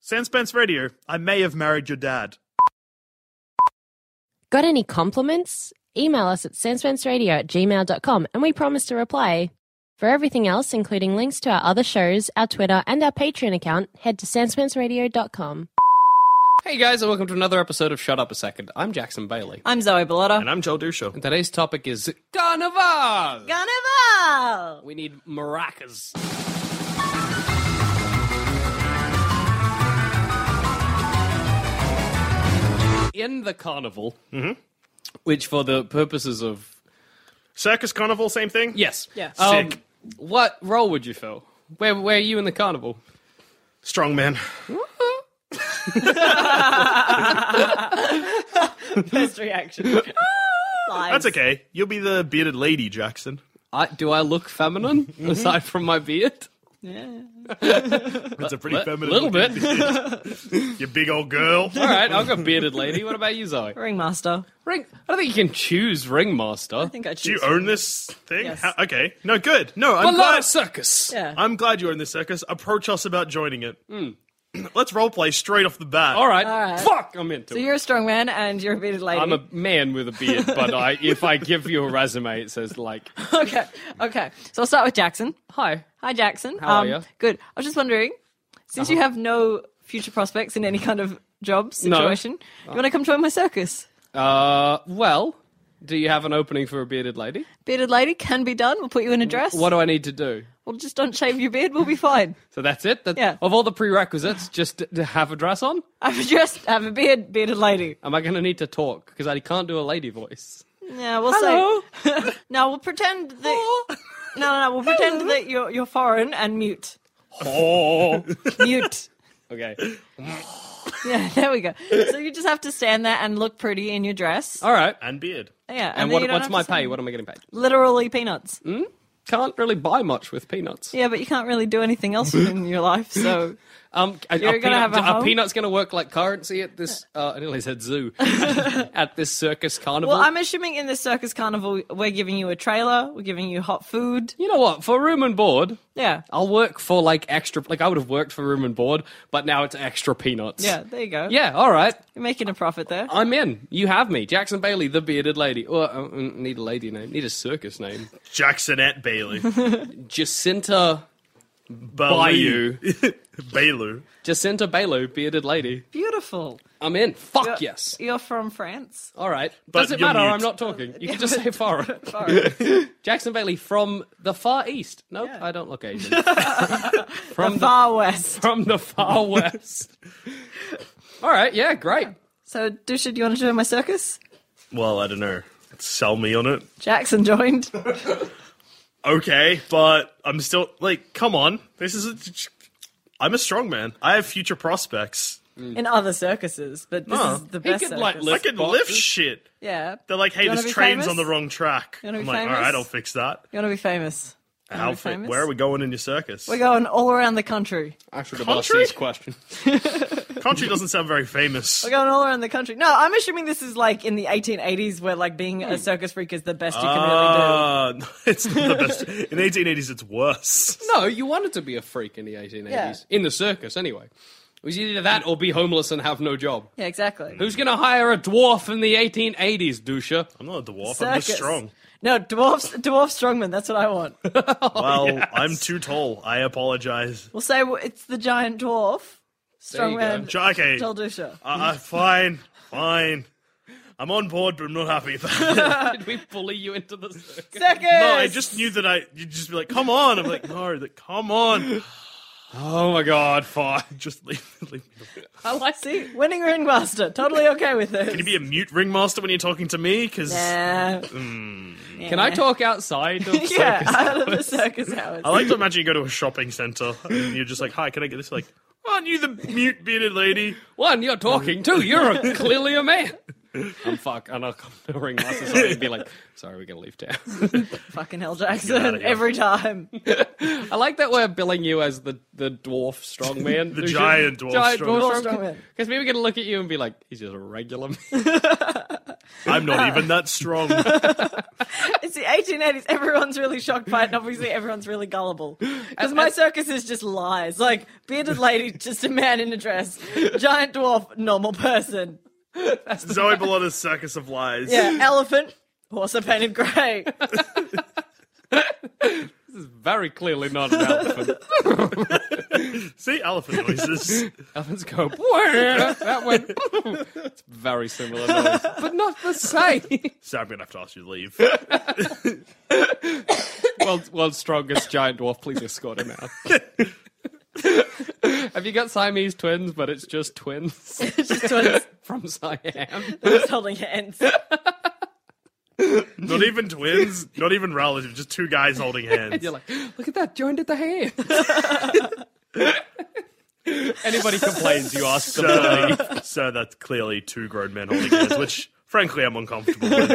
Sam Spence Radio, I may have married your dad. Got any compliments? Email us at sanspenceradio at gmail.com and we promise to reply. For everything else, including links to our other shows, our Twitter, and our Patreon account, head to sanspenceradio.com. Hey guys, and welcome to another episode of Shut Up a Second. I'm Jackson Bailey. I'm Zoe Bellotta. And I'm Joel Dusha. And today's topic is Carnival! Carnival! We need maracas. In the carnival, which for the purposes of Circus Carnival, same thing? yes, Yeah. um, Sick. what role would you fill? Where where are you in the carnival? Strongman. First reaction. That's okay. You'll be the bearded lady, Jackson. I, do I look feminine aside from my beard? That's a pretty li- feminine. little looking bit. beard. you big old girl. All right, I'll go bearded lady. What about you, Zoe? Ringmaster. Ring. I don't think you can choose ringmaster. I think I choose. Do you own this thing? Yes. How- okay. No, good. No, I'm Balada glad. circus. Yeah. I'm glad you're in this circus. Approach us about joining it. Let's roleplay straight off the bat. All right. right. Fuck, I'm into so it. you're a strong man and you're a bearded lady. I'm a man with a beard, but I, if I give you a resume, it says like, okay, okay. So I'll start with Jackson. "Hi, Hi, Jackson. Um, How are ya? Good. I was just wondering, since you have no future prospects in any kind of job situation, you want to come join my circus? uh, well, do you have an opening for a bearded lady? Bearded lady can be done. We'll put you in a dress. What do I need to do?" Well, just don't shave your beard. We'll be fine. So that's it. That, Yeah. Of all the prerequisites, just to- to have a dress on. I have a dress. I have a beard. Bearded lady. Am I going to need to talk because I can't do a lady voice? Yeah, we'll say. no, we'll pretend that. no, no, no. We'll pretend that you're you're foreign and mute. Oh. Mute. okay. yeah, there we go. So you just have to stand there and look pretty in your dress. All right. And beard. Yeah, And then you what, don't what's have my to say- pay? Hmm? What am I getting paid? Literally peanuts. Can't really buy much with peanuts. Yeah, but you can't really do anything else in your life, so Um, are, You're are gonna peanut- have a are home? peanuts going to work like currency at this? Uh, I nearly said zoo at this circus carnival. Well, I'm assuming in this circus carnival we're giving you a trailer, we're giving you hot food. you know what? For room and board, Yeah. I'll work for like extra. Like I would have worked for room and board, but now it's extra peanuts. Yeah, there you go. Yeah. All right. You're making a profit there. I'm in. You have me, Jackson Bailey, the bearded lady. Or uh, need a lady name. Need a circus name. Jacksonette Bailey. Jacinta Bailey. Bayou. Baylor. Jacinta Bailey, bearded lady. Beautiful. I'm in. Fuck You're- yes. You're from France. All right. But Doesn't you're matter. mute. I'm not talking. You can just say foreign. Sorry. Jackson Bailey from the far east. Nope, I don't look Asian. from the, Far West. from the far west. All right, yeah, great. So, Dusha, do you want to join my circus? Well, I don't know. Sell me on it. Jackson joined. okay, but I'm still like, come on, this is. A, I'm a strong man. I have future prospects. in other circuses, but this Huh. is the He best could, like, circus. live- I can Spot- lift shit. yeah. They're like, hey, You wanna this be train's famous? on the wrong track. wanna be I'm like, famous? all right, I'll fix that. You want to be famous? You wanna How be fi- famous? where are we going in your circus? We're going all around the country. I should have Country? asked this question. Country doesn't sound very famous. We're going all around the country. No, I'm assuming this is like in the 1880s, where like being a circus freak is the best you can really do. Ah, no, it's not the best. In 1880s, it's worse. No, you wanted to be a freak in the 1880s. In the circus, anyway. was either that or be homeless and have no job. Yeah, exactly. Who's gonna hire a dwarf in the 1880s, doucher? I'm not a dwarf. I'm just Circus. strong. No, dwarfs, dwarf strongman. That's what I want. Oh, Well, I'm too tall. I apologize. We'll say w- it's the giant dwarf, There you go. strongman, Jockey. Joel Dusha. Uh, fine, fine. I'm on board, but I'm not happy with that. Did we bully you into the circus? Second. no, I just knew that I. You'd just be like, "Come on!" I'm like, "No, that come on." Oh my god, fine. Just leave, leave me. alone. I like see winning ringmaster. Totally okay with this. Can you be a mute ringmaster when you're talking to me? Because Nah. Can I talk outside of circus? Yeah, out of the circus hours. I like to imagine you go to a shopping center and you're just like, "Hi, can I get this?" Like, aren't you the mute bearded lady? One, you're talking. Two, you're a, clearly a man. I'm fuck, and I'll come to the ringmaster sorry, and be like, "Sorry, we're gonna leave town." Fucking hell, outta Jackson. here. Every time. I like that we're billing you as the the dwarf strongman, The giant dwarf strong- Dwarf strongman. Because people can look at you and be like, "He's just a regular man." I'm not even that strong. It's the 1880s. Everyone's really shocked by it, and obviously everyone's really gullible. Because my circus is just lies. Like, bearded lady, just a man in a dress. Giant dwarf, normal person. Zoe Bellotta's circus of lies. Yeah, elephant, horse are painted grey. Very clearly not an elephant. See elephant noises. Elephants go "Wah!" that way. it's very similar, noise, but not the same. so I'm gonna have to ask you to leave. world's, world's strongest giant dwarf, please escort him out. Have you got Siamese twins, but it's just twins just twins from Siam? just holding hands. Not even twins. Not even relatives. Just two guys holding hands. You're like, look at that, joined at the hand. Anybody complains, you ask them. so, so that's clearly two grown men holding hands, which frankly I'm uncomfortable with.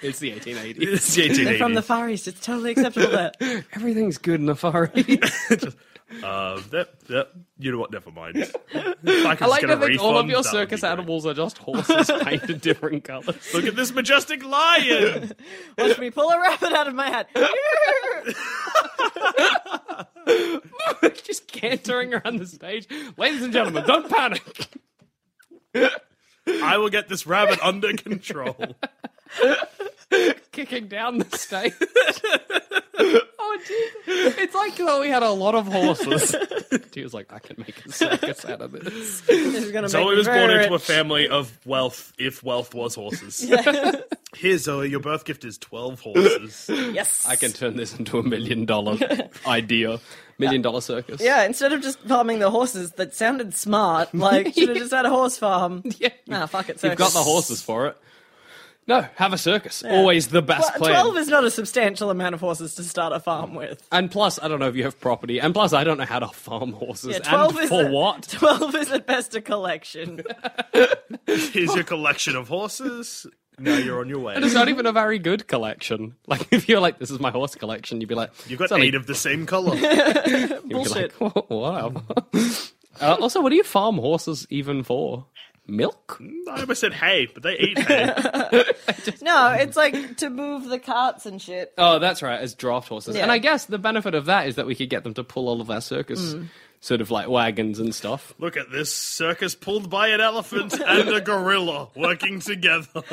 It's the 1880s. It's the 1880s. From the Far East, it's totally acceptable there. Everything's good in the Far East. Uh, that, that, you know what? Never mind. If I, I could like just get to a think all of refund, your that would be circus great. animals are just horses painted different colors. Look at this majestic lion. Watch me pull a rabbit out of my hat. just cantering around the stage. Ladies and gentlemen, don't panic. I will get this rabbit under control. kicking down the stage. oh, Jesus. It's like though we had a lot of horses. He was like, I can make a circus out of this. This is gonna Zoe make was me born very into a rich. family of wealth, if wealth was horses. Here, Zoe, your birth gift is 12 horses. Yes. I can turn this into a million dollar idea. Million dollar circus. Yeah, instead of just farming the horses, that sounded smart. Like, should have just had a horse farm. Yeah. Nah, fuck it. You've got the horses for it. No, have a circus. Always the best plan. 12 is not a substantial amount of horses to start a farm with. and plus, I don't know if you have property. And plus, I don't know how to farm horses. Yeah, 12 and is for a- what? 12 is at best a collection. Here's your collection of horses. Now you're on your way. It's not even a very good collection. Like, if you're like, this is my horse collection, you'd be like, You've got it's only eight of the same color. You'd be Bullshit. Like, wow. uh, also, what do you farm horses even for? Milk? I almost said hay, but they eat hay. no, it's like to move the carts and shit. Oh, that's right, as draft horses. Yeah. And I guess the benefit of that is that we could get them to pull all of our circus sort of like wagons and stuff. Look at this circus pulled by an elephant and a gorilla working together.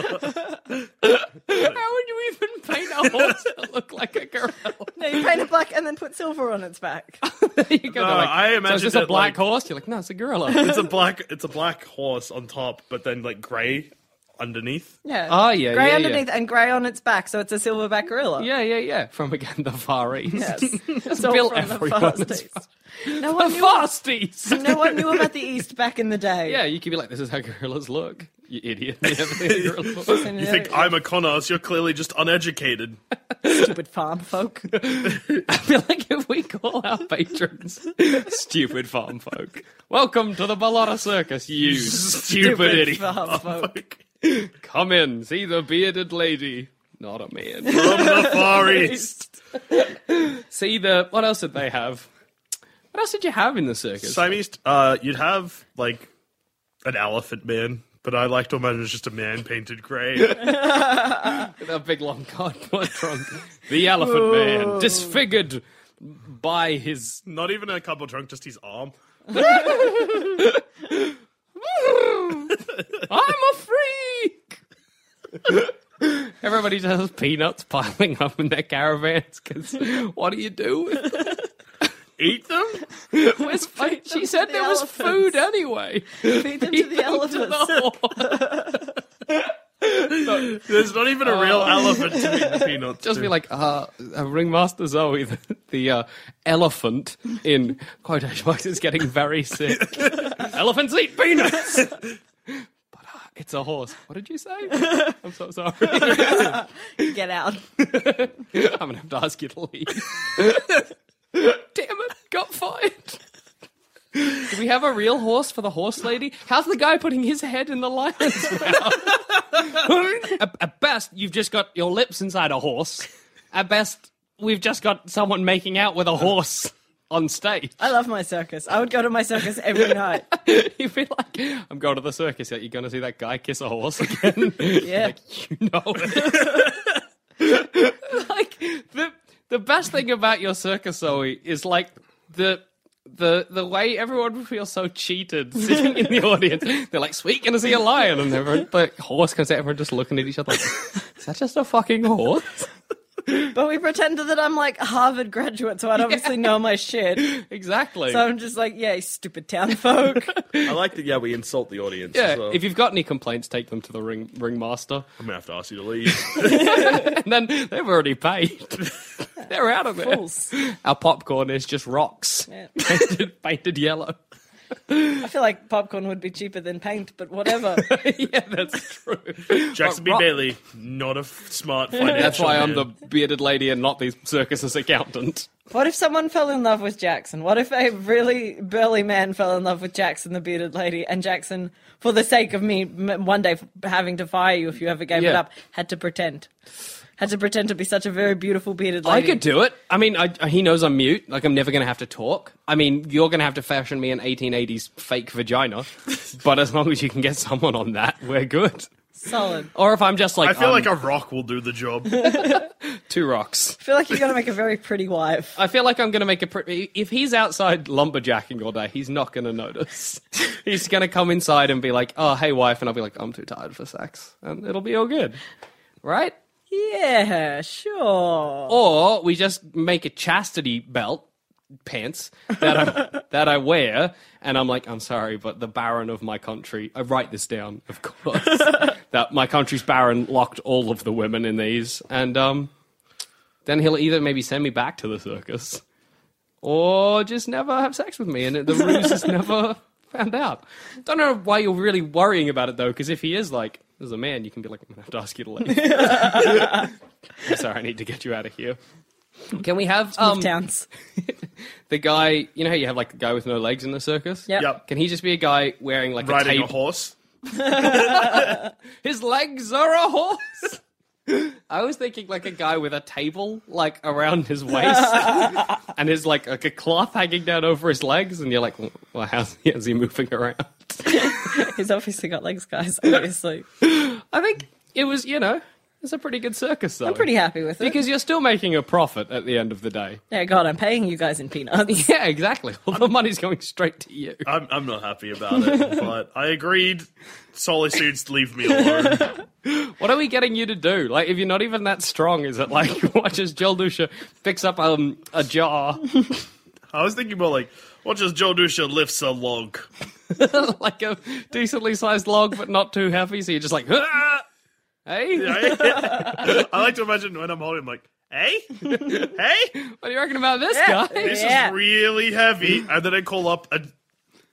How would you even paint a horse that look like a gorilla? No, you paint it black and then put silver on its back. There you go. No, they're like, I so is imagined this a it like- black horse? You're like, no, it's a gorilla. It's a black it's a black horse on top, but then like grey underneath. Yeah. Oh, yeah, Grey yeah, yeah. underneath and grey on its back, so it's a silverback gorilla. yeah, yeah, yeah. From again, the Far East. Yes. It's all Bill from the everyone Far as East. No The one, knew, Fast East! no one knew about the East back in the day. yeah, you could be like, this is how gorillas look. You idiot. You never seen a gorilla before. And You they're think I'm a con artist, you're clearly just uneducated. stupid farm folk. I feel like if we call our patrons stupid farm folk, welcome to the Ballotta Circus, you stupid, idiot. farm folk. Come in, see the bearded lady. Not a man. From the Far East. see the. What else did they have? What else did you have in the circus? Siamese uh you'd have like an elephant man. But I like to imagine it's just a man painted grey. With a big long cardboard trunk. The elephant man, disfigured by his Not even a couple drunk, just his arm. I'm a freak. Everybody just has peanuts piling up in their caravans because what do you do? with them? Eat them? Where's food? She to said the there was food anyway. Feed them to the elephants. There's not even a real elephant to eat the peanuts. Just be to. like, uh, uh, Ringmaster Zoe, the, the uh, elephant in quotation marks is getting very sick. Elephants eat peanuts. but uh, it's a horse. What did you say? I'm so sorry. I'm Get out. gonna have to ask you to leave. Damn it! Got fired. Do we have a real horse for the horse lady? How's the guy putting his head in the lion's mouth? at, at best, you've just got your lips inside a horse. At best, we've just got someone making out with a horse on stage. I love my circus. I would go to my circus every night. You'd be like, I'm going to the circus, yet you're going to see that guy kiss a horse again. Yeah. like, you know it. like, the, the best thing about your circus, Zoe, is like the. The, the way everyone would feel so cheated sitting in the audience. They're like, sweet, gonna see a lion. And everyone, the horse comes out, everyone just looking at each other like, is that just a fucking horse? But we pretended that I'm like a Harvard graduate, so I'd obviously know my shit. Exactly. So I'm just like, yeah, stupid town folk. I like that. Yeah, we insult the audience. yeah, as well. if you've got any complaints, take them to the ring ringmaster. I'm gonna have to ask you to leave. And then they've already paid. They're out of it. Fools. Our popcorn is just rocks Yeah. painted, painted yellow. I feel like popcorn would be cheaper than paint, but whatever. yeah, that's true. Jackson B. But rock- Bailey, not a f- smart financial. That's why I'm man. the bearded lady and not the circus's accountant. what if someone fell in love with Jackson? What if a really burly man fell in love with Jackson, the bearded lady, and Jackson, for the sake of me m- one day having to fire you if you ever gave it Yeah. up, had to pretend. Had to pretend to be such a very beautiful bearded I lady. could do it. I mean, I, he knows I'm mute. Like, I'm never going to have to talk. I mean, you're going to have to fashion me an 1880s fake vagina. but as long as you can get someone on that, we're good. Solid. Or if I'm just like, I feel um, like a rock will do the job. two rocks. I feel like you're going to make a very pretty wife. I feel like I'm going to make a pretty. If he's outside lumberjacking all day, he's not going to notice. he's going to come inside and be like, "Oh, hey, wife," and I'll be like, "I'm too tired for sex," and it'll be all good, right? Yeah, sure. Or we just make a chastity belt pants that I, that I wear, and I'm like, "I'm sorry, but the Baron of my country." I write this down, of course. that my country's Baron locked all of the women in these, and um, then he'll either maybe send me back to the circus or just never have sex with me, and the ruse is never found out. Don't know why you're really worrying about it though, because if he is like, as a man, you can be like, I'm gonna have to ask you to leave. I'm sorry, I need to get you out of here. Can we have um, Towns. the guy? You know how you have like the guy with no legs in the circus. Yep. Yep. Can he just be a guy wearing like a Riding tape? a horse. His legs are a horse. I was thinking like a guy with a table like around his waist, and his like like a cloth hanging down over his legs, and you're like, well, how's how's he moving around? He's obviously got legs, guys, obviously. I think it was you know it's a pretty good circus though. I'm pretty happy with it. because you're still making a profit at the end of the day. yeah, God, I'm paying you guys in peanuts. Yeah, exactly. All the money's going straight to you. I'm, I'm not happy about it, but I agreed. Solitudes, leave me alone. What are we getting you to do? Like, if you're not even that strong, is it like watch as Joel Dusha picks up um a jar I was thinking more like, watch as Joe Dusha lifts a log. like a decently sized log, but not too heavy. So you're just like, "Ah!" hey, eh? I like to imagine when I'm holding, I'm like, hey, hey, what are you reckon about this guy? this Yeah. is really heavy, and then I call up a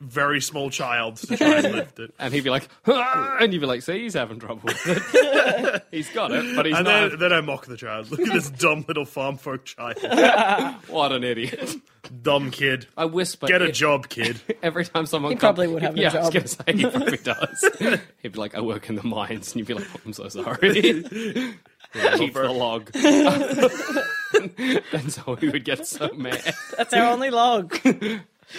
very small child to try and lift it, And he'd be like, "Ah!" and you'd be like, see, he's having trouble with it. he's got it, but he's and not. then, then I mock the child. Look at this dumb little farm folk child, What an idiot! dumb kid. I whisper, Get a if- job, kid. Every time someone He come- probably would have a yeah, I was job. gonna say he probably does. He'd be like, "I work in the mines," and you'd be like, "Oh, "I'm so sorry." Keep the log. then Zoe would get so mad. That's our only log.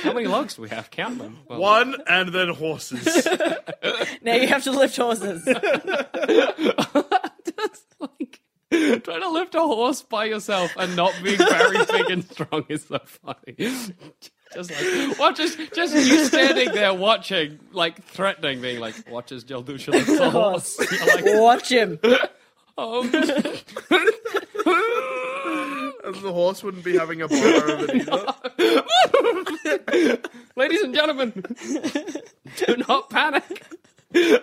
How many logs do we have? Count them. Well, One and then horses. Now you have to lift horses. It's like Trying to lift a horse by yourself and not being very big and strong is so funny. Just like watch us, just you standing there watching, like threatening, being like, "Watch as Jeldusha lifts a horse." You're like, Watch him. um, And the horse wouldn't be having a bar over it either. Ladies and gentlemen, do not panic.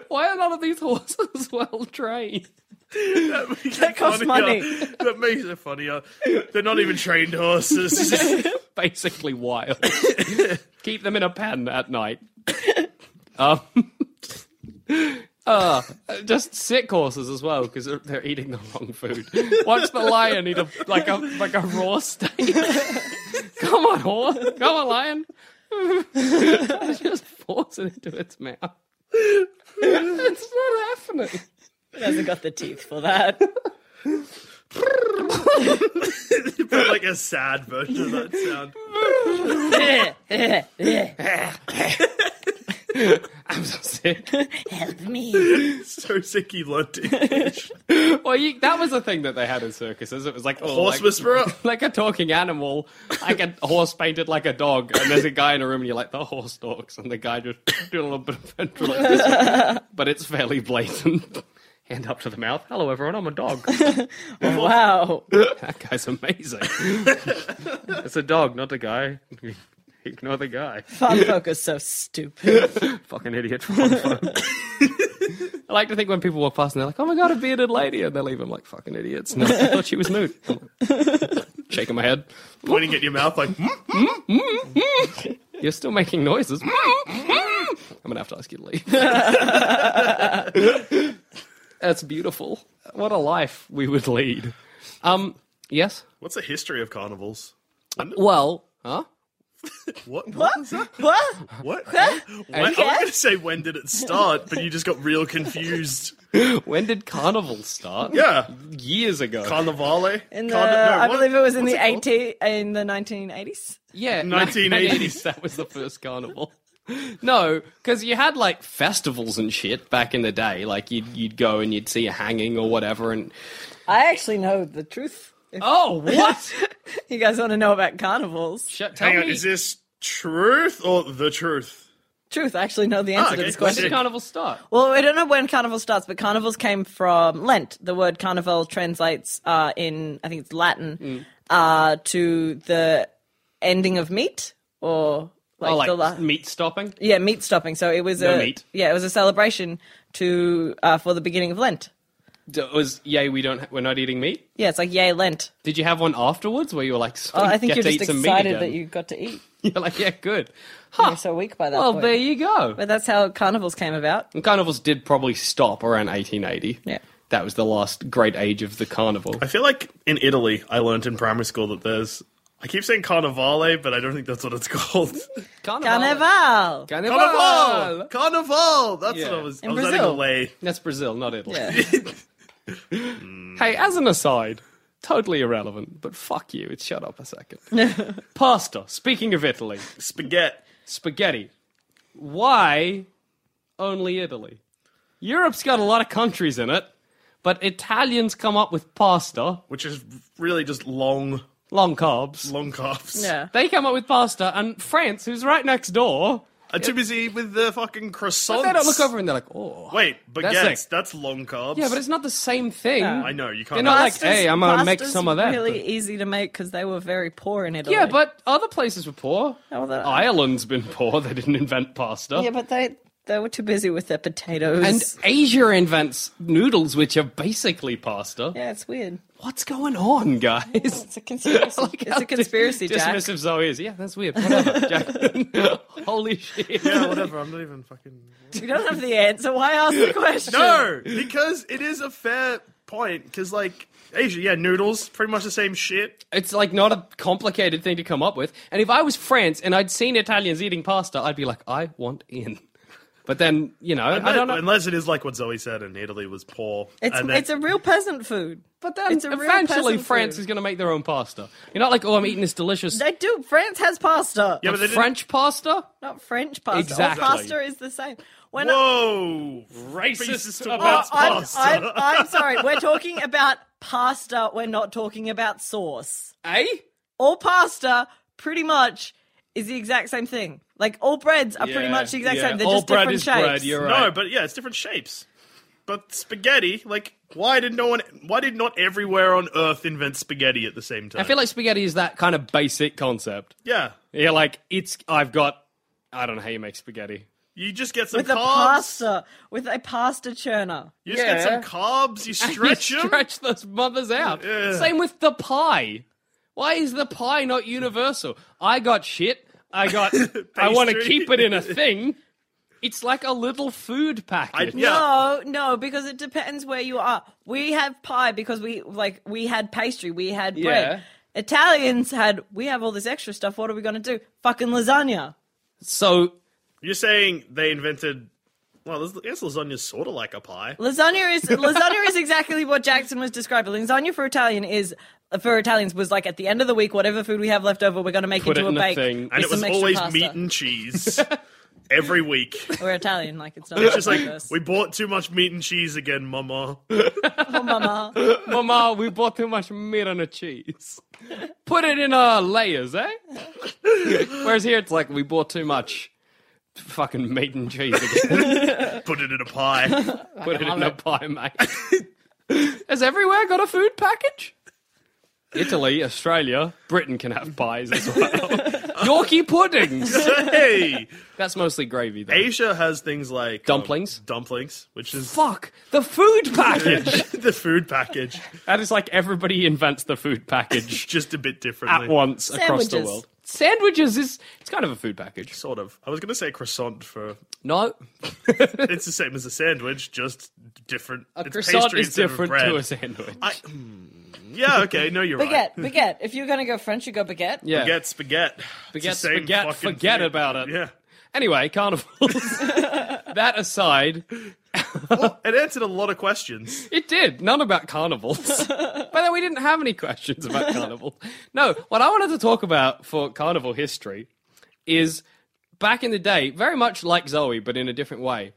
Why are none of these horses well trained? That, makes That it costs funnier. money. That makes it funnier. They're not even trained horses. Basically wild. Keep them in a pen at night. Um, uh, just sick horses as well because they're, they're eating the wrong food. Watch the lion eat a like a like a raw steak. Come on, horse! Come on, lion! just force it into its mouth. it's not happening. He hasn't got the teeth for that. but like a sad version of that sound. I'm so sick. Help me. So sick he learned English. Well, you, that was the thing that they had in circuses. It was like oh, Horse like, whisperer. like a talking animal, like a horse painted like a dog, and there's a guy in a room, and you're like the horse talks, and the guy just doing a little bit of ventriloquism, but it's fairly blatant. Hand up to the mouth. Hello, everyone. I'm a dog. Wow. that guy's amazing. it's a dog, not a guy. Ignore the guy. Farm folk is so stupid. Fucking idiot. I like to think when people walk past and they're like, "Oh my god, a bearded lady," and they leave. I'm like, "Fucking idiots!" No, I thought she was nude. I'm like, Shaking my head. Pointing at your mouth like, "Hmm?" You're still making noises. I'm gonna have to ask you to leave. That's beautiful. What a life we would lead. Um, yes. what's the history of carnivals? Well, huh? What? What? What? What? What? When- I was going to say when did it start, but you just got real confused. When did carnival start? Yeah, Years ago. Carnivale. In the, Carni- no, I what- believe it was in what's the called? 80, in the 1980s. yeah, 1980s. That was the first carnival. No, because you had like festivals and shit back in the day. Like you'd you'd go and you'd see a hanging or whatever. And I actually know the truth. If oh, what? you guys want to know about carnivals, Shut, tell Hang me, on, is this truth or the truth? truth, I actually know the answer Ah, okay, to this when question. did carnival start? Well, we don't know when carnival starts, but carnivals came from Lent. The word carnival translates uh, in, I think it's Latin, Mm. uh, to the ending of meat or like, Oh, like the la- meat stopping. yeah meat stopping. So it was No a meat. yeah it was a celebration to uh, for the beginning of Lent. D- was yay we don't we're not eating meat Yeah, it's like yay Lent. did you have one afterwards where you were like Oh, I think get you're to just eat some meat excited again that you got to eat. you're like yeah good You're so weak by that well point. there you go But that's how carnivals came about. and carnivals did probably stop around 1880 Yeah. that was the last great age of the carnival I feel like in Italy, I learned in primary school that there's. I keep saying carnivale, but I don't think that's what it's called. Carnival. carnival, Carnival! Carnival! That's Yeah. what I was. In I was adding Brazil. a lay. that's brazil not italy Yeah. hey as an aside totally irrelevant but fuck you it's shut up a second pasta speaking of italy Spaghetti. spaghetti why only Italy? Europe's got a lot of countries in it, but Italians come up with pasta, Which is really just long, long carbs. long carbs. yeah. They come up with pasta, and France, who's right next door, I'm too busy with the fucking croissants. they don't look over and they're like, oh. Wait, That's baguettes. like- That's, long carbs. Yeah, but it's not the same thing. Yeah. I know you can't. They're not like, Pasta's- hey, I'm gonna make pasta's some of that. Really easy to make because they were very poor in Italy. yeah, but other places were poor. Oh, that- Ireland's been poor. They didn't invent pasta. yeah, but they they were too busy with their potatoes. and Asia invents noodles, which are basically pasta. yeah, it's weird. What's going on, guys? It's a conspiracy. it's a conspiracy, Jack. Dismissive Zoe is, yeah, that's weird. Whatever, Jack. Holy shit. yeah, whatever. I'm not even fucking. We don't have the answer. Why ask the question? No, because it is a fair point. Because like Asia, yeah, noodles, pretty much the same shit. It's like not a complicated thing to come up with. And if I was France and I'd seen Italians eating pasta, I'd be like, I want in. But then, you know, I don't know. Unless it is like what Zoe said, and Italy was poor. It's and then- it's a real peasant food. But then it's a real eventually peasant France food. is going to make their own pasta. You're not like, oh, I'm eating this delicious They do. France has pasta. yeah, but they didn't- French pasta. Not French pasta. All Exactly. Pasta is the same. When I- oh, Whoa, Racist about about I'm, pasta. I'm, I'm sorry. We're talking about pasta. We're not talking about sauce. Eh? All pasta, pretty much, is the exact same thing. Like all breads are pretty Yeah, much the exact yeah. same. They're All just bread different is shapes. bread, you're No, Right. but yeah, it's different shapes. But spaghetti, like, why did no one? Why did not everywhere on Earth invent spaghetti at the same time? I feel like spaghetti is that kind of basic concept. yeah, Yeah, like it's. I've got. I don't know how you make spaghetti. you just get some With a carbs. pasta, with a pasta churner. You just get Yeah. some carbs. You stretch you them. stretch those mothers out. Same with the pie. Why is the pie not universal? I got shit. I got. I want to Pastry. keep it in a thing. It's like a little food packet. I- yeah. No, no, because it depends where you are. We have pie because we like we had pastry, we had bread. Italians had we have all this extra stuff. What are we going to do? Fucking lasagna. So You're saying they invented? Well, this- I guess lasagna's sort of like a pie. Lasagna is lasagna is exactly what Jackson was describing. Lasagna for Italian is for Italians was like at the end of the week, whatever food we have left over, we're going to make Put into it in a a bake. thing. with And it was some extra always pasta. meat and cheese every week. We're Italian, like it's not It's just like like this. we bought too much meat and cheese again, Mama. Oh, mama. Mama, we bought too much meat on a cheese. Put it in uh, layers, eh? Whereas here it's like we bought too much fucking meat and cheese again. Put it in a pie. Put it in a pie, mate. Has everywhere got a food package? Italy, Australia, Britain can have pies as well. Yorkie puddings. hey, That's mostly gravy, though. Asia has things like um, Dumplings? dumplings, which is Fuck the food package. the food package, that is like everybody invents the food package just a bit differently. at once across the Sandwiches. world. Sandwiches is it's kind of a food package. Sort of. I was going to say croissant for. No, It's the same as a sandwich, just different. a it's croissant pastry is instead of different bread. to a sandwich. I- mm, yeah, okay, no, you're Baguette, right. baguette. If you're going to go French, you go baguette. yeah. Baguette, spaghetti. It's the Baguette, same spaghetti, fucking forget thing. about it. Yeah. Anyway, carnivals. that aside, Well, it answered a lot of questions. it did none about carnivals. but then we didn't have any questions about carnivals. No, what I wanted to talk about for carnival history is back in the day, very much like Zoe, but in a different way.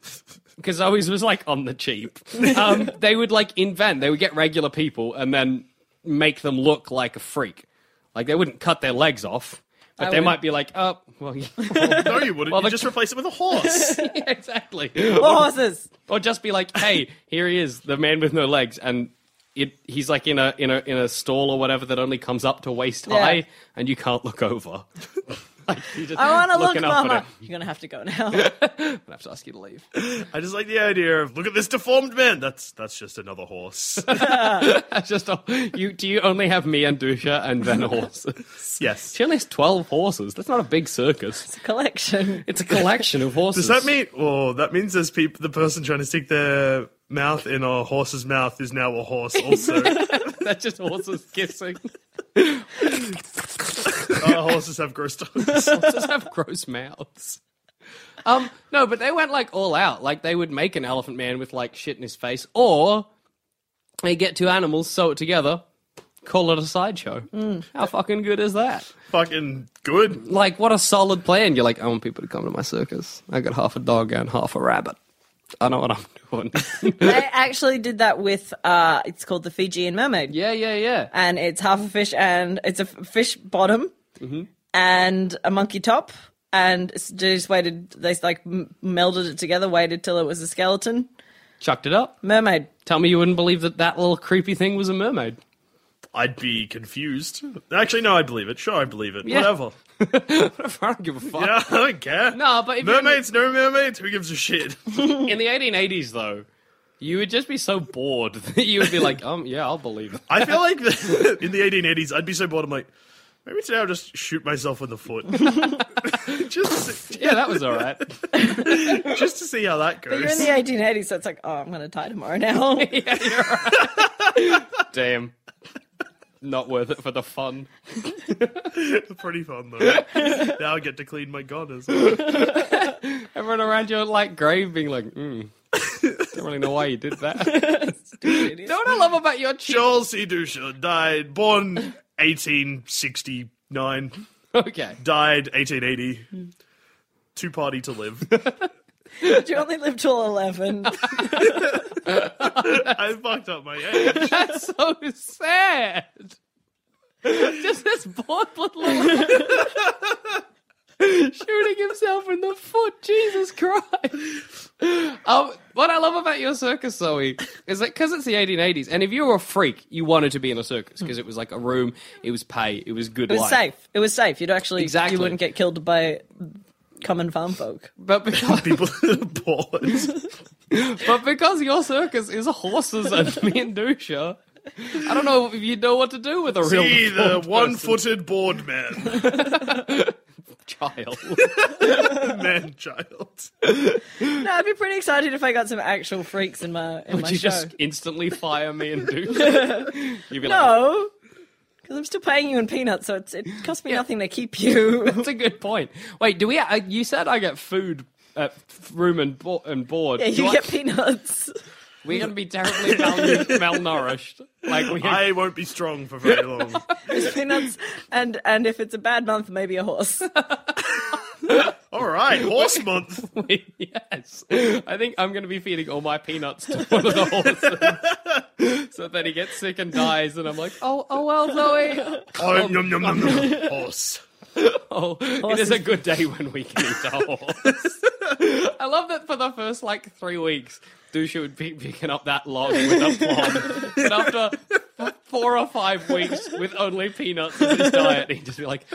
Because Zoe's was like on the cheap. Um, they would like invent, they would get regular people and then make them look like a freak. Like they wouldn't cut their legs off, but they would. might be like, oh, well, No, you wouldn't. Well, you the- just replace it with a horse. yeah, exactly. Or horses. Or just be like, hey, here he is, the man with no legs, and it, he's like in a in a in a stall or whatever that only comes up to waist Yeah. high, and you can't look over. like, you just I want to look, looking up at mama. him. You're going to have to go now. I have to ask you to leave. I just like the idea of look at this deformed man. That's that's just another horse. That's just all- you. Do you only have me and Dusha and then horses? yes. She only has twelve horses. That's not a big circus. Collection. It's a collection of horses. Does that mean? Oh, that means there's peop the person trying to stick their mouth in a horse's mouth is now a horse. Also, that's just horses kissing? uh, horses have gross tongues. horses have gross mouths. Um, no, but they went like all out. Like they would make an elephant man with like shit in his face, or they get two animals, sew it together, call it a sideshow. How fucking good is that? Fucking good. Like, what a solid plan. You're like, I want people to come to my circus. I got half a dog and half a rabbit. I know what I'm doing. I actually did that with, uh, it's called the Fijian Mermaid. yeah, yeah, yeah. and it's half a fish and it's a f- fish bottom and a monkey top and s- just waited they like m- melded it together waited till it was a skeleton Chucked it up. mermaid Tell me you wouldn't believe that that little creepy thing was a mermaid. I'd be confused. Actually, no, I believe it. Sure, I believe it. Yeah. Whatever. I don't give a fuck. Yeah, I don't care. No, but if you're- mermaids, no mermaids. Who gives a shit? In the 1880s, though, you would just be so bored that you would be like, um, yeah, I'll believe it. I feel like the, in the 1880s, I'd be so bored. I'm like, maybe today I'll just shoot myself in the foot, just to see, Yeah, that was all right. just to see how that goes. but you're in the 1880s so it's like oh i'm gonna die tomorrow now Damn. not worth it for the fun. Pretty fun though. now I get to clean my gun as well. Everyone around your like grave being like, mm, don't really know why you did that. you know what I love about your cheek? Charles E. Dusha died born 1869, Okay. died 1880. Two party to live. But you only live till 11. I fucked up my age. That's so sad. Just this bored little shooting himself in the foot. Jesus Christ. Um, what I love about your circus, Zoe, is that because it's the 1880s, and if you were a freak, you wanted to be in a circus because it was like a room, it was pay, it was good It was life. safe. It was safe. You'd actually, Exactly. you wouldn't get killed by common farm folk. But because, People pause. but because your circus is horses and me and Dusha, I don't know if you know what to do with a real See the deformed one footed board man. child. man child. No, I'd be pretty excited if I got some actual freaks in my in Would my you show. just instantly fire me and Dusha? You'd be like, No, because I'm still paying you in peanuts, so it's, it costs me nothing to keep you. That's a good point. Wait, do we? Uh, you said I get food, uh, f- room, and, bo- and board. Do Yeah, you I- get peanuts. We're going to be terribly mal- malnourished. Like we. I won't be strong for very long. There's peanuts, and and if it's a bad month, maybe a horse. All right, horse month. yes, I think I'm going to be feeding all my peanuts to one of the horses, so that he gets sick and dies. And I'm like, oh, oh well, Zoe. Oh, yum, yum, yum, yum. Horse. Oh, it is a good day when we can eat a horse. I love that for the first like three weeks, Dusha would be picking up that log with a plum. but after f- four or five weeks with only peanuts as his diet, he'd just be like,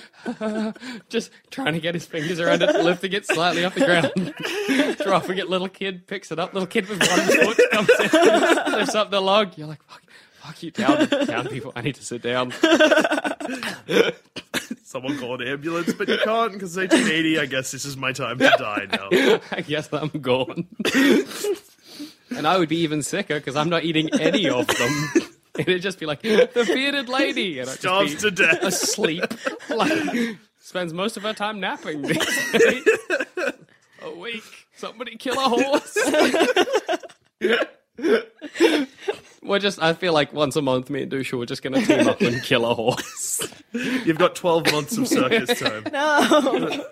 just trying to get his fingers around it, lifting it slightly off the ground, dropping it. Little kid picks it up. Little kid with one foot comes in, lifts up the log. You're like, fuck, fuck you, down, down people. I need to sit down. Someone called ambulance, but you can't because 1880. I guess this is my time to die now. I guess I'm gone. and I would be even sicker because I'm not eating any of them. It'd just be like the bearded lady, and I'd Starves just to be death. asleep. Like spends most of her time napping. a week. Somebody kill a horse. We're just. I feel like once a month, me and Dusha, we're just going to team up and kill a horse. You've got 12 months of circus time. No.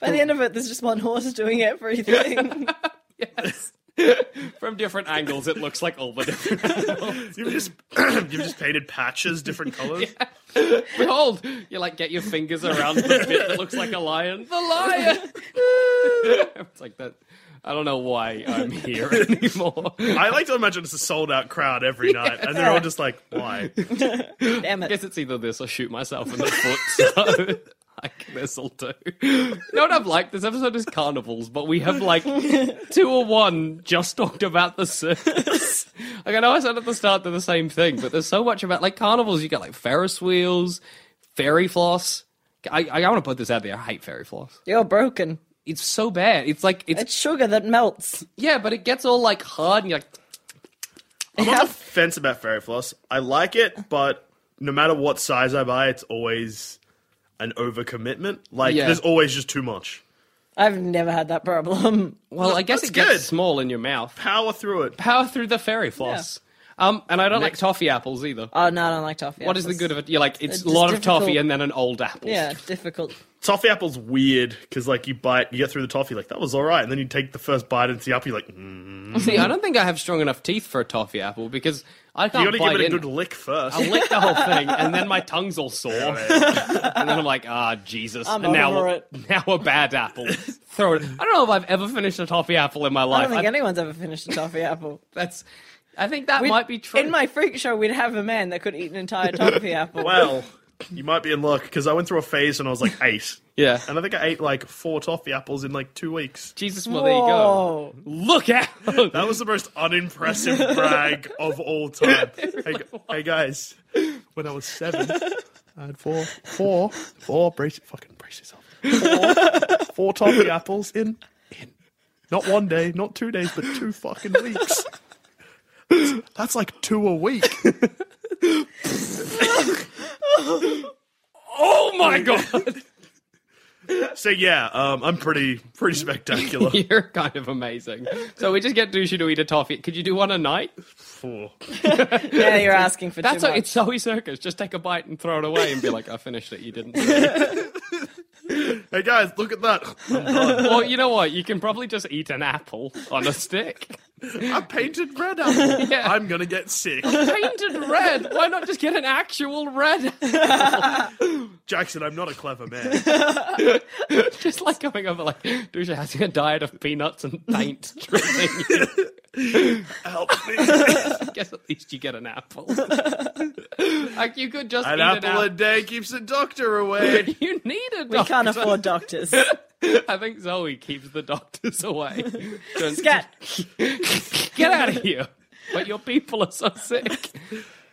By the end of it, there's just one horse doing everything. Yes. From different angles, it looks like all the different You've just you've just painted patches different colors. Behold! You like get your fingers around the bit that looks like a lion. The lion. it's like that. I don't know why I'm here anymore. I I like to imagine it's a sold out crowd every night, and they're all just like, "Why?" Damn it. guess it's either this or shoot myself in the foot. So. Like this'll do. You know what I've liked? This episode is carnivals, but we have like two or one just talked about the circus. Like I know I said at the start they're the same thing, but there's so much about like carnivals. You got like Ferris wheels, fairy floss. I I want to put this out there. I hate fairy floss. You're broken. it's so bad. It's like it's, It's sugar that melts. yeah, but it gets all like hard and you're like I'm on the fence about fairy floss. I like it, but no matter what size I buy, it's always an overcommitment. Like Yeah. there's always just too much. I've never had that problem. well, I guess that's it gets good. small in your mouth. Power through it. Power through the fairy floss. Um, and I don't like toffee apples either. Oh no, I don't like toffee. what is the apples. good of it? You're like it's a just lot of difficult. toffee and then an old apple. Yeah, difficult. Toffee apple's weird because like you bite, you get through the toffee, like that was all right, and then you take the first bite into the apple, you're like, mm. See, I don't think I have strong enough teeth for a toffee apple because I you can't got to bite give it a in. good lick first. I lick the whole thing and then my tongue's all sore. and then I'm like, ah, Jesus. I'm and now, over it. now a bad apple. Throw it. I don't know if I've ever finished a toffee apple in my I life. don't think I- anyone's ever finished a toffee apple. that's. I think that We'd- might be true. In my freak show, we'd have a man that could eat an entire toffee apple. well, you might be in luck because I went through a phase when I was like eight, yeah. and I think I ate like four toffee apples in like two weeks. Jesus, well, there you go. Whoa. Look out! That was the most unimpressive brag of all time. Hey, gu- hey guys, when I was seven, I had four, four, four. Brace, fucking brace yourself. Four, four toffee apples in, in, not one day, not two days, but two fucking weeks. That's like two a week. Oh my god! So yeah, um, I'm pretty pretty spectacular. You're kind of amazing. So we just get Douche to eat a toffee. Could you do one a night? Four. Yeah, you're asking for That's too a, much. it's Zoe Circus. Just take a bite and throw it away and be like, I finished it. You didn't. Hey guys, look at that. I'm done. or you know what? You can probably just eat an apple on a stick. I painted red apple. Yeah. I'm gonna get sick. Painted red. Why not just get an actual red? Jackson, I'm not a clever man. Just like going over like Douche has a diet of peanuts and paint. dripping. Help me. guess at least you get an apple. like you could just An eat apple a an day keeps the doctor away. apple. You need a doctor. we can't afford doctors. I think Zoe keeps the doctors away. Don't- Scat. Get out of here! But your people are so sick.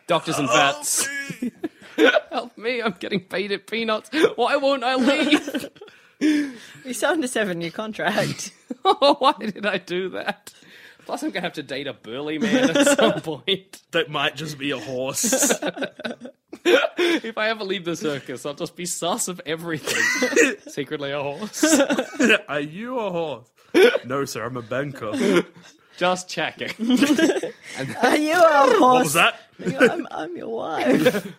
Doctors and vets, Oh, help me! I'm getting paid at peanuts. Why won't I leave? We signed a seven-year contract. Why did I do that? Plus, I'm gonna have to date a burly man at some point. That might just be a horse. If I ever leave the circus, I'll just be sus of everything. Secretly a horse. Are you a horse? No, sir, I'm a banker. Just checking. Are you our What horse? was that? I'm, I'm your wife.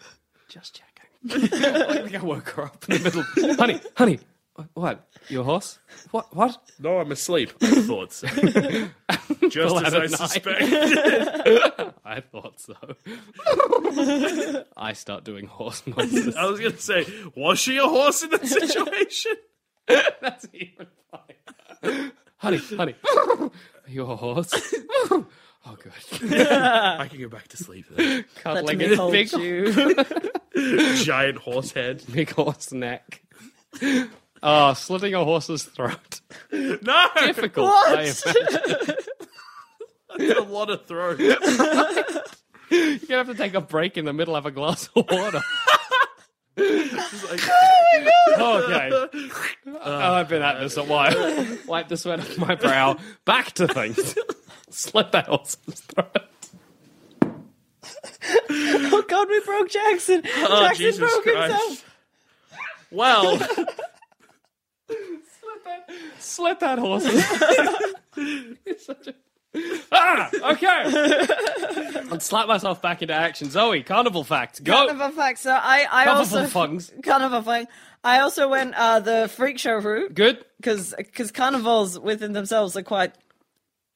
Just checking. I think I woke her up in the middle. honey, honey, wh- what? Your horse? What? What? No, I'm asleep. I thought so. Just Well, as I I don't know. suspected. I thought so. I start doing horse noises. I was going to say, was she a horse in that situation? That's even funny. honey, honey, are you a horse? oh, good. I can go back to sleep. Then. Cuddling me his hold big, you. Giant horse head. big horse neck. Oh, slitting a horse's throat. No, Difficult. I What? imagine. it's a lot of throat. You're going to have to take a break in the middle, have a glass of water. It's like, Okay. Oh, I've been at this a while. Wipe the sweat off my brow. Back to things. Slit that horse's throat. oh God, we broke Jackson. oh, Jackson Jesus broke Christ. himself. Well, Slit that horse's throat. It's such a... Ah, okay. And slap myself back into action. Zoe, carnival facts. Go. Kind of a fact. So I, I Carnival also fungs. kind of a thing. I also went uh, the freak show route Good. because carnivals within themselves are quite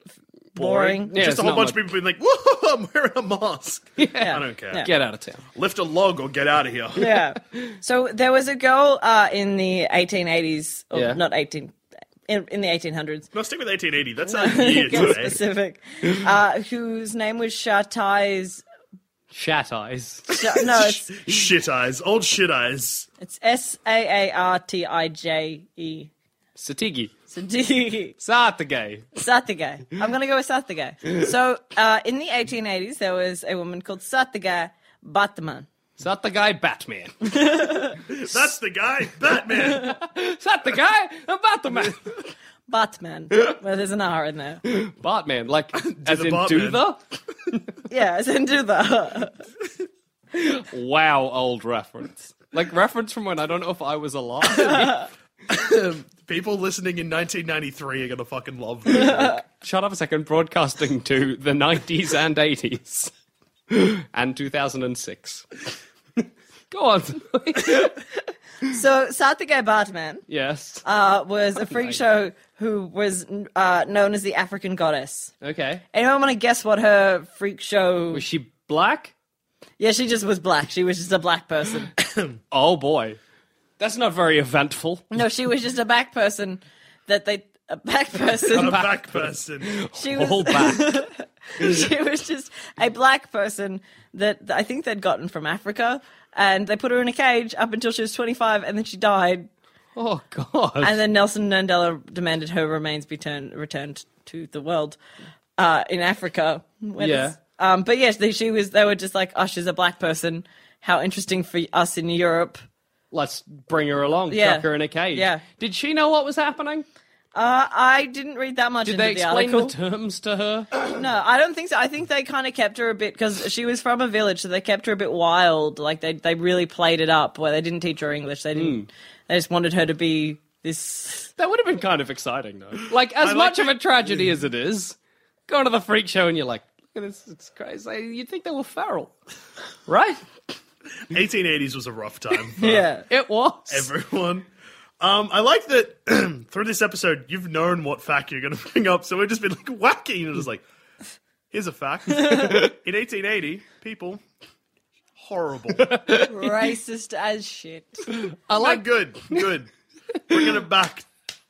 f- boring. Yeah, just it's a whole not bunch much. of people being like, whoa, I'm wearing a mask. Yeah. I don't care. Yeah. Get out of town. Lift a log or get out of here. yeah. So there was a girl uh, in the 1880s, or Yeah. not 18, in, in the 1800s. No, stick with 1880. That's not year Get today. specific. Uh, whose name was Shatai's. Shat eyes. Sha- No, it's Shit eyes. Old shit eyes. it's S A A R T I J E. Satigi. So D Satige. Satige. I'm gonna go with Satige. So uh, in the 1880s, there was a woman called Satige Batman. Satige Batman. That's the guy. Batman. Satige Batman. Batman. Well, there's an R in there. Batman. Like, as the in Batman. do the? Yeah, it's into the. Wow, old reference. Like reference from when I don't know if I was alive. People listening in 1993 are going to fucking love this. Shut up a second. Broadcasting to the 90s and 80s and 2006. Go on. So Satige Batman yes. uh, was a freak show who was uh, known as the African Goddess. okay. Anyone want to guess what her freak show? Was she black? Yeah, she just was black. She was just a black person. Oh boy. That's not very eventful. No, she was just a black person that they a black I'm a person. back person. She All was back. she was just a black person that I think they'd gotten from Africa, and they put her in a cage up until she was 25, and then she died. Oh god. And then Nelson Mandela demanded her remains be turn, returned to the world uh, in Africa. Where Yeah. this- Um, but yes, they, she was. They were just like, "Oh, she's a black person. How interesting for us in Europe." Let's bring her along. Yeah. Chuck her in a cage. Yeah. Did she know what was happening? Uh, I didn't read that much Did into they the explain article. the terms to her? No, I don't think so. I think they kind of kept her a bit because she was from a village, so they kept her a bit wild. Like they they really played it up where they didn't teach her English. They Hmm. didn't. They just wanted her to be this. That would have been kind of exciting, though. Like, as like much the- of a tragedy as it is, going to the freak show and you're like, look at this, it's crazy. You'd think they were feral, right? 1880s was a rough time. for Yeah. It was. Everyone. Um, I like that through this episode, you've known what fact you're going to bring up, so we've just been like wacky and just like, here's a fact. In 1880, people horrible. Racist as shit. I Like like good, good. Bringing it back.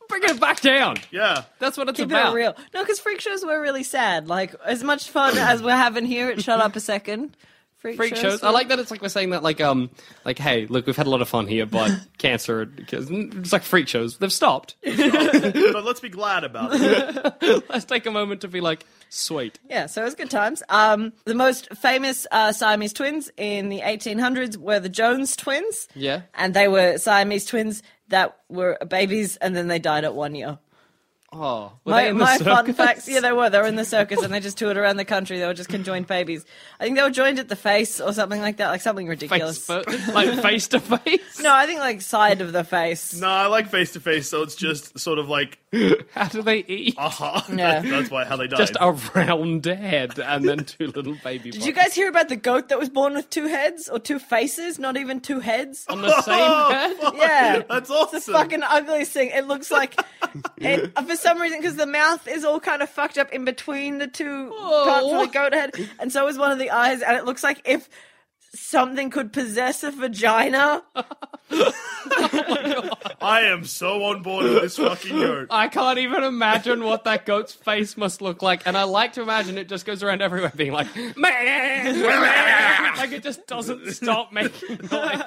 bringing it back down. Yeah. That's what it's Keep about. it real. No, because freak shows were really sad. Like as much fun as we're having here at Shut Up a Second. Freak, Freak shows. I like that it's like we're saying that like um like hey look we've had a lot of fun here but cancer because mm, it's like freak shows they've stopped. But let's be glad about it. Let's take a moment to be like sweet. Yeah, so it was good times. Um, the most famous uh, Siamese twins in the 1800s were the Jones twins. Yeah. And they were Siamese twins that were babies and then they died at one year. Oh, were they My, in the my fun circus? facts, yeah, they were. They were in the circus and they just toured around the country. They were just conjoined babies. I think they were joined at the face or something like that, like something ridiculous. face fir- like face to face. No, I think like side of the face. No, I like face to face, so it's just sort of like, How do they eat? aha. Yeah. That's why how they died. Just a round head and then two little baby. Did you guys hear about the goat that was born with two heads or two faces, not even two heads? on the same head? Yeah. Oh, That's awesome. It's the fucking ugliest thing. It looks like, it, uh, for some reason, because the mouth is all kind of fucked up in between the two parts of Oh. the goat head, and so is one of the eyes, and it looks like if something could possess a vagina. I am so on board with this fucking goat. I can't even imagine what that goat's face must look like, and I like to imagine it just goes around everywhere being like, like it just doesn't stop making noise.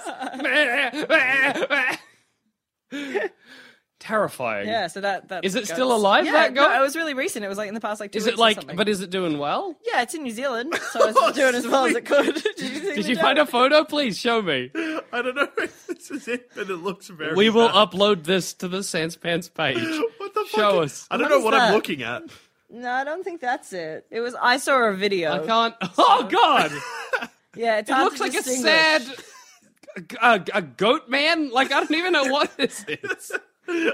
Terrifying. Yeah, so that that Is it goat's- still alive, Yeah, that No, goat? it was really recent. It was like in the past like two Is weeks it or like? something. But is it doing well? yeah, it's in New Zealand, so Oh, it's doing as well as it could. Did you, see Did the you find goat? a photo? Please show me. I don't know if this is it, but it looks very. We will bad. upload this to the Sans Pants page. What the Show fuck? us. I don't What know is what I'm that? looking at. No, I don't think that's it. It was I saw a video. I can't. Oh God! Yeah, it's It hard looks to like a sad, distinguish. a, a goat man. Like I don't even know what this is.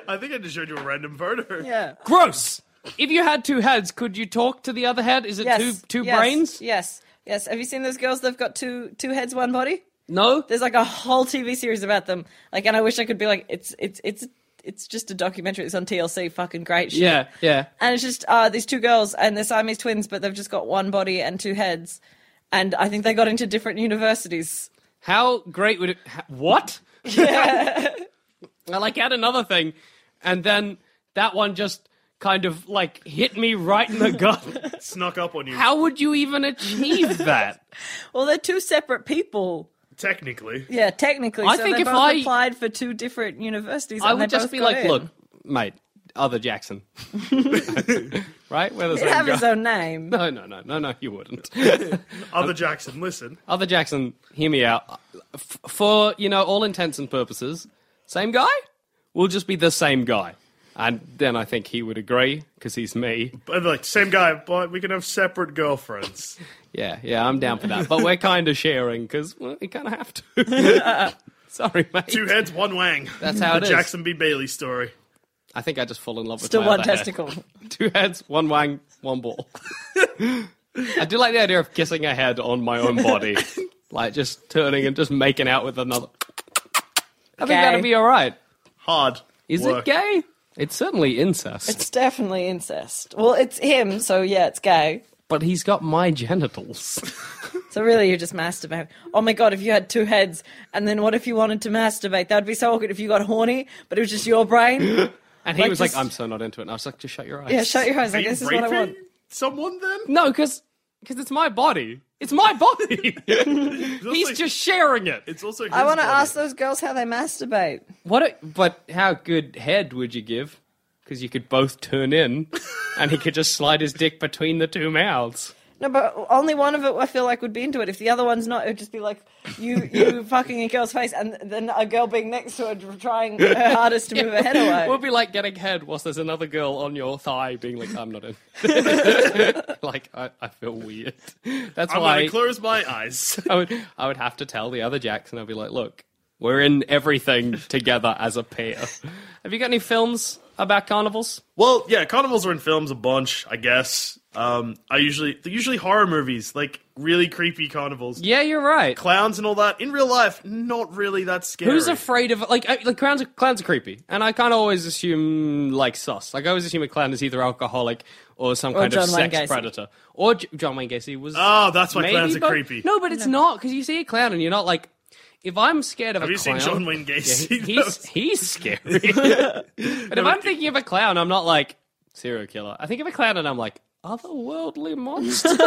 I think I just showed you a random photo. Yeah. Gross. If you had two heads, could you talk to the other head? Is it two two yes, brains? Yes, yes. Have you seen those girls? They've got two two heads, one body. No. There's like a whole TV series about them. Like, and I wish I could be like, it's it's it's it's just a documentary. It's on TLC. Fucking great shit. Yeah, yeah. And it's just uh, these two girls, and they're Siamese twins, but they've just got one body and two heads. And I think they got into different universities. How great would it? ha- What? I like add another thing, and then that one just kind of like hit me right in the gut. Snuck up on you. How would you even achieve that? Well, they're two separate people. Technically. Yeah, technically. I so think they if both I- applied for two different universities, I and would they just both be got like, in. look, mate, other Jackson. right? Where the He'd same have guy- his own name. No, no, no, no, no, you wouldn't. Other Jackson, listen. Other Jackson, hear me out. F- for, you know, all intents and purposes, same guy? We'll just be the same guy. And then I think he would agree, because he's me. But like same guy, but we can have separate girlfriends. Yeah, yeah, I'm down for that. But we're kind of sharing, because well, we kind of have to. Sorry, mate. Two heads, one wang. That's how the it is. Jackson B. Bailey story. I think I just fall in love with Still my one other head. testicle. Two heads, one wang, one ball. I do like the idea of kissing a head on my own body. like just turning and just making out with another. I think Gay. that'd be alright. Hard. Is work. it gay? It's certainly incest. It's definitely incest. Well, it's him, so yeah, it's gay. But he's got my genitals. So really, you're just masturbating. Oh my god, if you had two heads, and then what if you wanted to masturbate? That would be so awkward if you got horny, but it was just your brain. And he Like was just- like, I'm so not into it. And I was like, just shut your eyes. Yeah, shut your eyes. Are Like you this is what I raping want. Someone then? No, because it's my body. It's my body. he's like- just sharing it. It's also. I want to ask those girls how they masturbate. What? A, but how good head would you give? Because you could both turn in, and he could just slide his dick between the two mouths. No, but only one of it I feel like would be into it. If the other one's not, it would just be like you you fucking a girl's face, and then a girl being next to her trying her hardest to move her head away. We'll be like getting head whilst there's another girl on your thigh being like, I'm not in. like, I, I feel weird. That's I'm why gonna close my eyes. I would I would have to tell the other Jackson. I'd be like, look, we're in everything together as a pair. Have you got any films about carnivals? Well, yeah, carnivals are in films a bunch, I guess. Um, I usually they're usually horror movies, like really creepy carnivals, Yeah, you're right. clowns and all that. In real life, not really that scary. Who's afraid of like I, like clowns? Are, clowns are creepy, and I kind of always assume like sus. Like I always assume a clown is either alcoholic or some kind of John Wayne sex Gacy. predator. Or J- John Wayne Gacy was. Oh, that's why maybe, clowns are but- creepy. No, but it's not because you see a clown and you're not like. If I'm scared of Have a you seen clown, John Wayne Gacy? Yeah, he- he's he's scary. but if I'm thinking of a clown, I'm not like serial killer. I think of a clown and I'm like otherworldly monster. When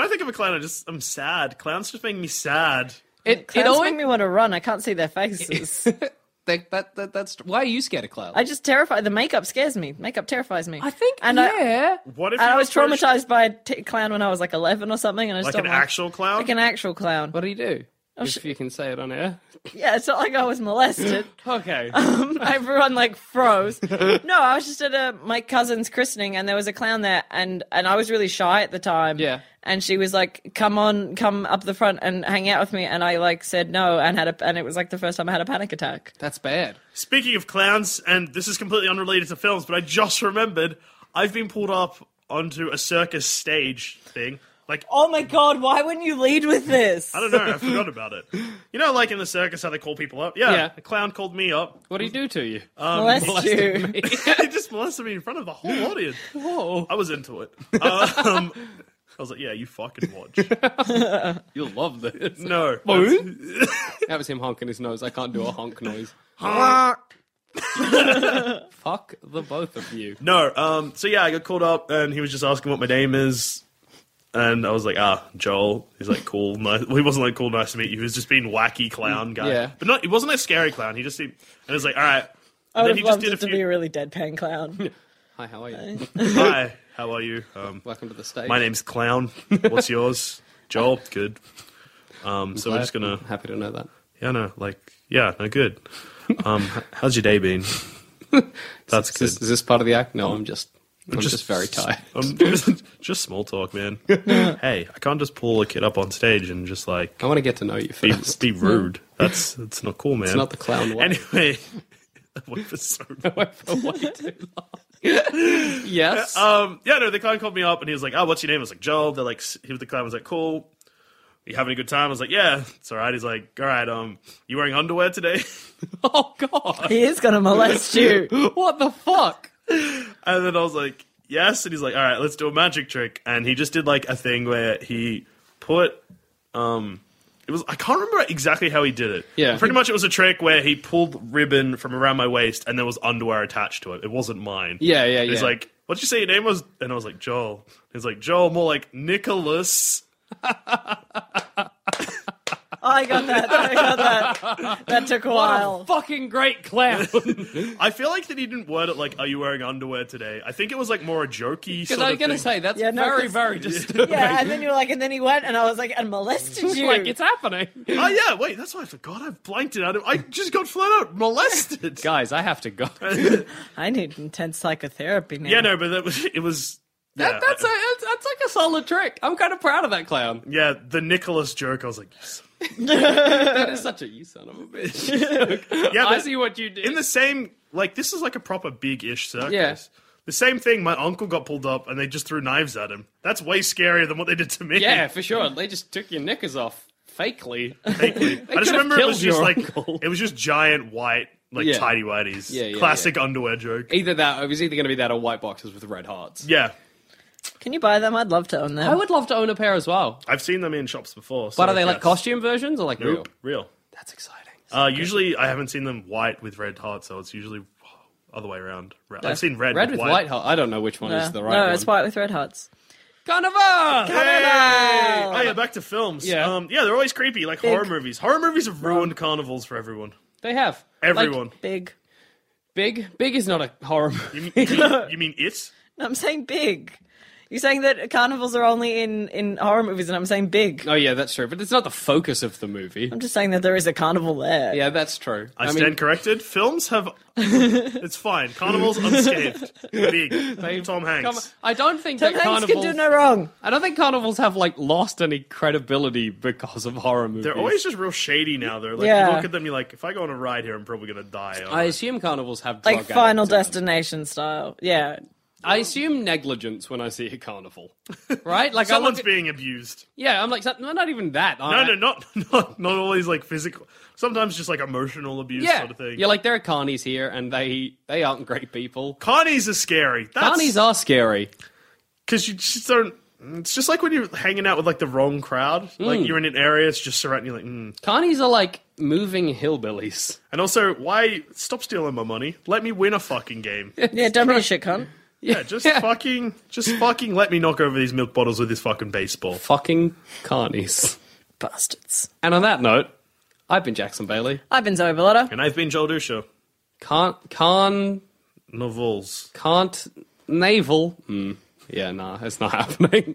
I think of a clown, I just I'm sad. Clowns just make me sad. it it Clowns always make me want to run. I can't see their faces. that, that, that that's why are you scared of clowns? I just terrify. The makeup scares me. Makeup terrifies me. I think And I- yeah. What if And you I was approached- traumatized by a t- clown when I was like 11 or something, and I just like an don't want- actual clown? like an actual clown. What do you do? if sh- you can say it on air. Yeah, it's not like I was molested. Okay. Um, everyone like froze. No, I was just at a, my cousin's christening, and there was a clown there, and and I was really shy at the time. Yeah. And she was like, "Come on, come up the front and hang out with me," and I like said no, and had a, and it was like the first time I had a panic attack. That's bad. Speaking of clowns, and this is completely unrelated to films, but I just remembered I've been pulled up onto a circus stage thing. Like Oh my god, why wouldn't you lead with this? I don't know, I forgot about it. You know, like in the circus, how they call people up. Yeah, Yeah. a clown called me up. What do you do to you? Molest you. he just molested me in front of the whole audience. Whoa. I was into it. Um, I was like, yeah, you fucking watch. You'll love this. No, That was him honking his nose. I can't do a honk noise. Fuck the both of you. No. Um. So yeah, I got called up, and he was just asking what my name is, and I was like, ah, Joel. He's like, cool. Nice. Well, he wasn't like cool, nice to meet you. He was just being wacky clown guy. Yeah. But not. He wasn't a scary clown. He just seemed. And it was like, all right. I And then would have he just loved did a it to be a few. really deadpan clown. Hi, how are you? Hi. How are you? Um. Welcome to the stage. My name's Clown. What's yours? Joel. Good. Um. So we're just gonna. I'm happy to know that. Yeah. No. Like. Yeah. No. Good. Um. h- How's your day been? That's Is good. this, is this part of the act? No, I'm just. I'm just, very tired. Um, just, just small talk, man. hey, I can't just pull a kid up on stage and just like I want to get to know you be, first. be rude. That's that's not cool, man. It's not the clown way. Anyway, I went for so long. Wait for way too long. yes. um, yeah, no, the clown called me up and he was like, "Oh, what's your name?" I was like, "Joel." They're like, s- he was the clown was like, "Cool." You having a good time? I was like, "Yeah, it's all right." He's like, "All right, um, you wearing underwear today?" oh god. He is gonna molest you. Oh, What the fuck? And then I was like, yes. And he's like, all right, let's do a magic trick. And he just did like a thing where he put, um, it was, I can't remember exactly how he did it. Yeah. Pretty much it was a trick where he pulled ribbon from around my waist and there was underwear attached to it. It wasn't mine. Yeah, yeah, And He's yeah. like, what'd you say your name was? And I was like, Joel. He's like, Joel, more like Nicholas. I got that. I got that. That took a What a while. fucking great clown. I feel like that he didn't word it like, are you wearing underwear today? I think it was like more a jokey Because sort I of was going to thing. say that's Yeah, no, very, 'cause- very disturbing. Yeah, and then you're like, and then he went, and I was like, and molested you. like it's happening, Oh yeah, wait, that's why I forgot. I've blanked it out. I just got flat out molested. guys. I have to go. That, I need intense psychotherapy now. Yeah, no, but that was it was yeah, that's a that's, that's like a solid trick. I'm kind of proud of that clown. yeah the Nicholas joke. I was like, yes. That is such a you son of a bitch. yeah, I but see what you did. in the same like this is like a proper big ish circus. Yeah. The same thing. My uncle got pulled up and they just threw knives at him. That's way scarier than what they did to me. yeah, for sure. They just took your knickers off fakely. Frankly. I could've just remember it killed was just your like uncle. it was just giant white like Yeah. tidy whities. Yeah, yeah, Classic underwear joke. Either that, it was either going to be that or white boxes with red hearts. Yeah, Can you buy them? I'd love to own them. I would love to own a pair as well. I've seen them in shops before. So But are they like yes. costume versions or like real? Nope, real. That's exciting. Uh, usually, I haven't seen them white with red hearts, so it's usually other way around. Re- I've seen red, Red with with white. white heart. I don't know which one Yeah. is the right no, one. it's white with red hearts. Carnival! Hey! Oh, yeah, back to films. Yeah. um, yeah, they're always creepy, like horror movies. Horror movies have ruined carnivals for everyone. They have Like, Everyone. Big. big, big is not a horror movie. you, mean, you mean- you mean it? No, I'm saying big. You're saying that carnivals are only in, in horror movies, and I'm saying big. Oh yeah, that's true. But it's not the focus of the movie. I'm just saying that there is a carnival there. Yeah, that's true. I, stand corrected. Films have. it's fine. Carnival's unscathed. Big. Tom Come- Hanks. I don't think Tom that Hanks carnivals. can do no wrong. I don't think carnivals have like lost any credibility because of horror movies. They're always just real shady now. They're like, Yeah. you look at them, you're like, if I go on a ride here, I'm probably gonna die. I assume carnivals have Like drug Final addicts in them. Destination style. Yeah. I assume negligence when I see a carnival, right? Like I Someone's look at- being abused. yeah, I'm like so- no, not even that. No, no, not not not always like physical. Sometimes just like emotional abuse yeah, sort of thing. yeah. Like there are carnies here, and they they aren't great people. Carnies are scary. That's, Carnies are scary. because you just don't. It's just like when you're hanging out with like the wrong crowd. Like you're in an area, it's just surrounding you. Like, mm. Carnies are like moving hillbillies. and also, why stop stealing my money? Let me win a fucking game. Yeah, don't be a shit cunt. Yeah, just fucking, just fucking let me knock over these milk bottles with this fucking baseball. Fucking carnies. Bastards. And on that note, I've been Jackson Bailey. I've been Zoe Bellotta. And I've been Joel Dusha. Can't can Novels. can't navel. Mm. Yeah, nah, it's not happening.